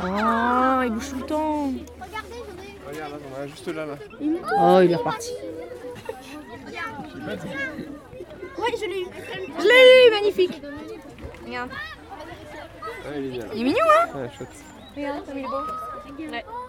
Oh, il bouge tout le temps. Regardez, j'en ai Regarde, là, on en a juste là, là. Oh, il est reparti. Ouais, je l'ai eu. Je l'ai eu, magnifique. Regarde. Ah, il est bien. Il est mignon, hein Ouais, chouette. Regarde, comme il est beau. Ouais.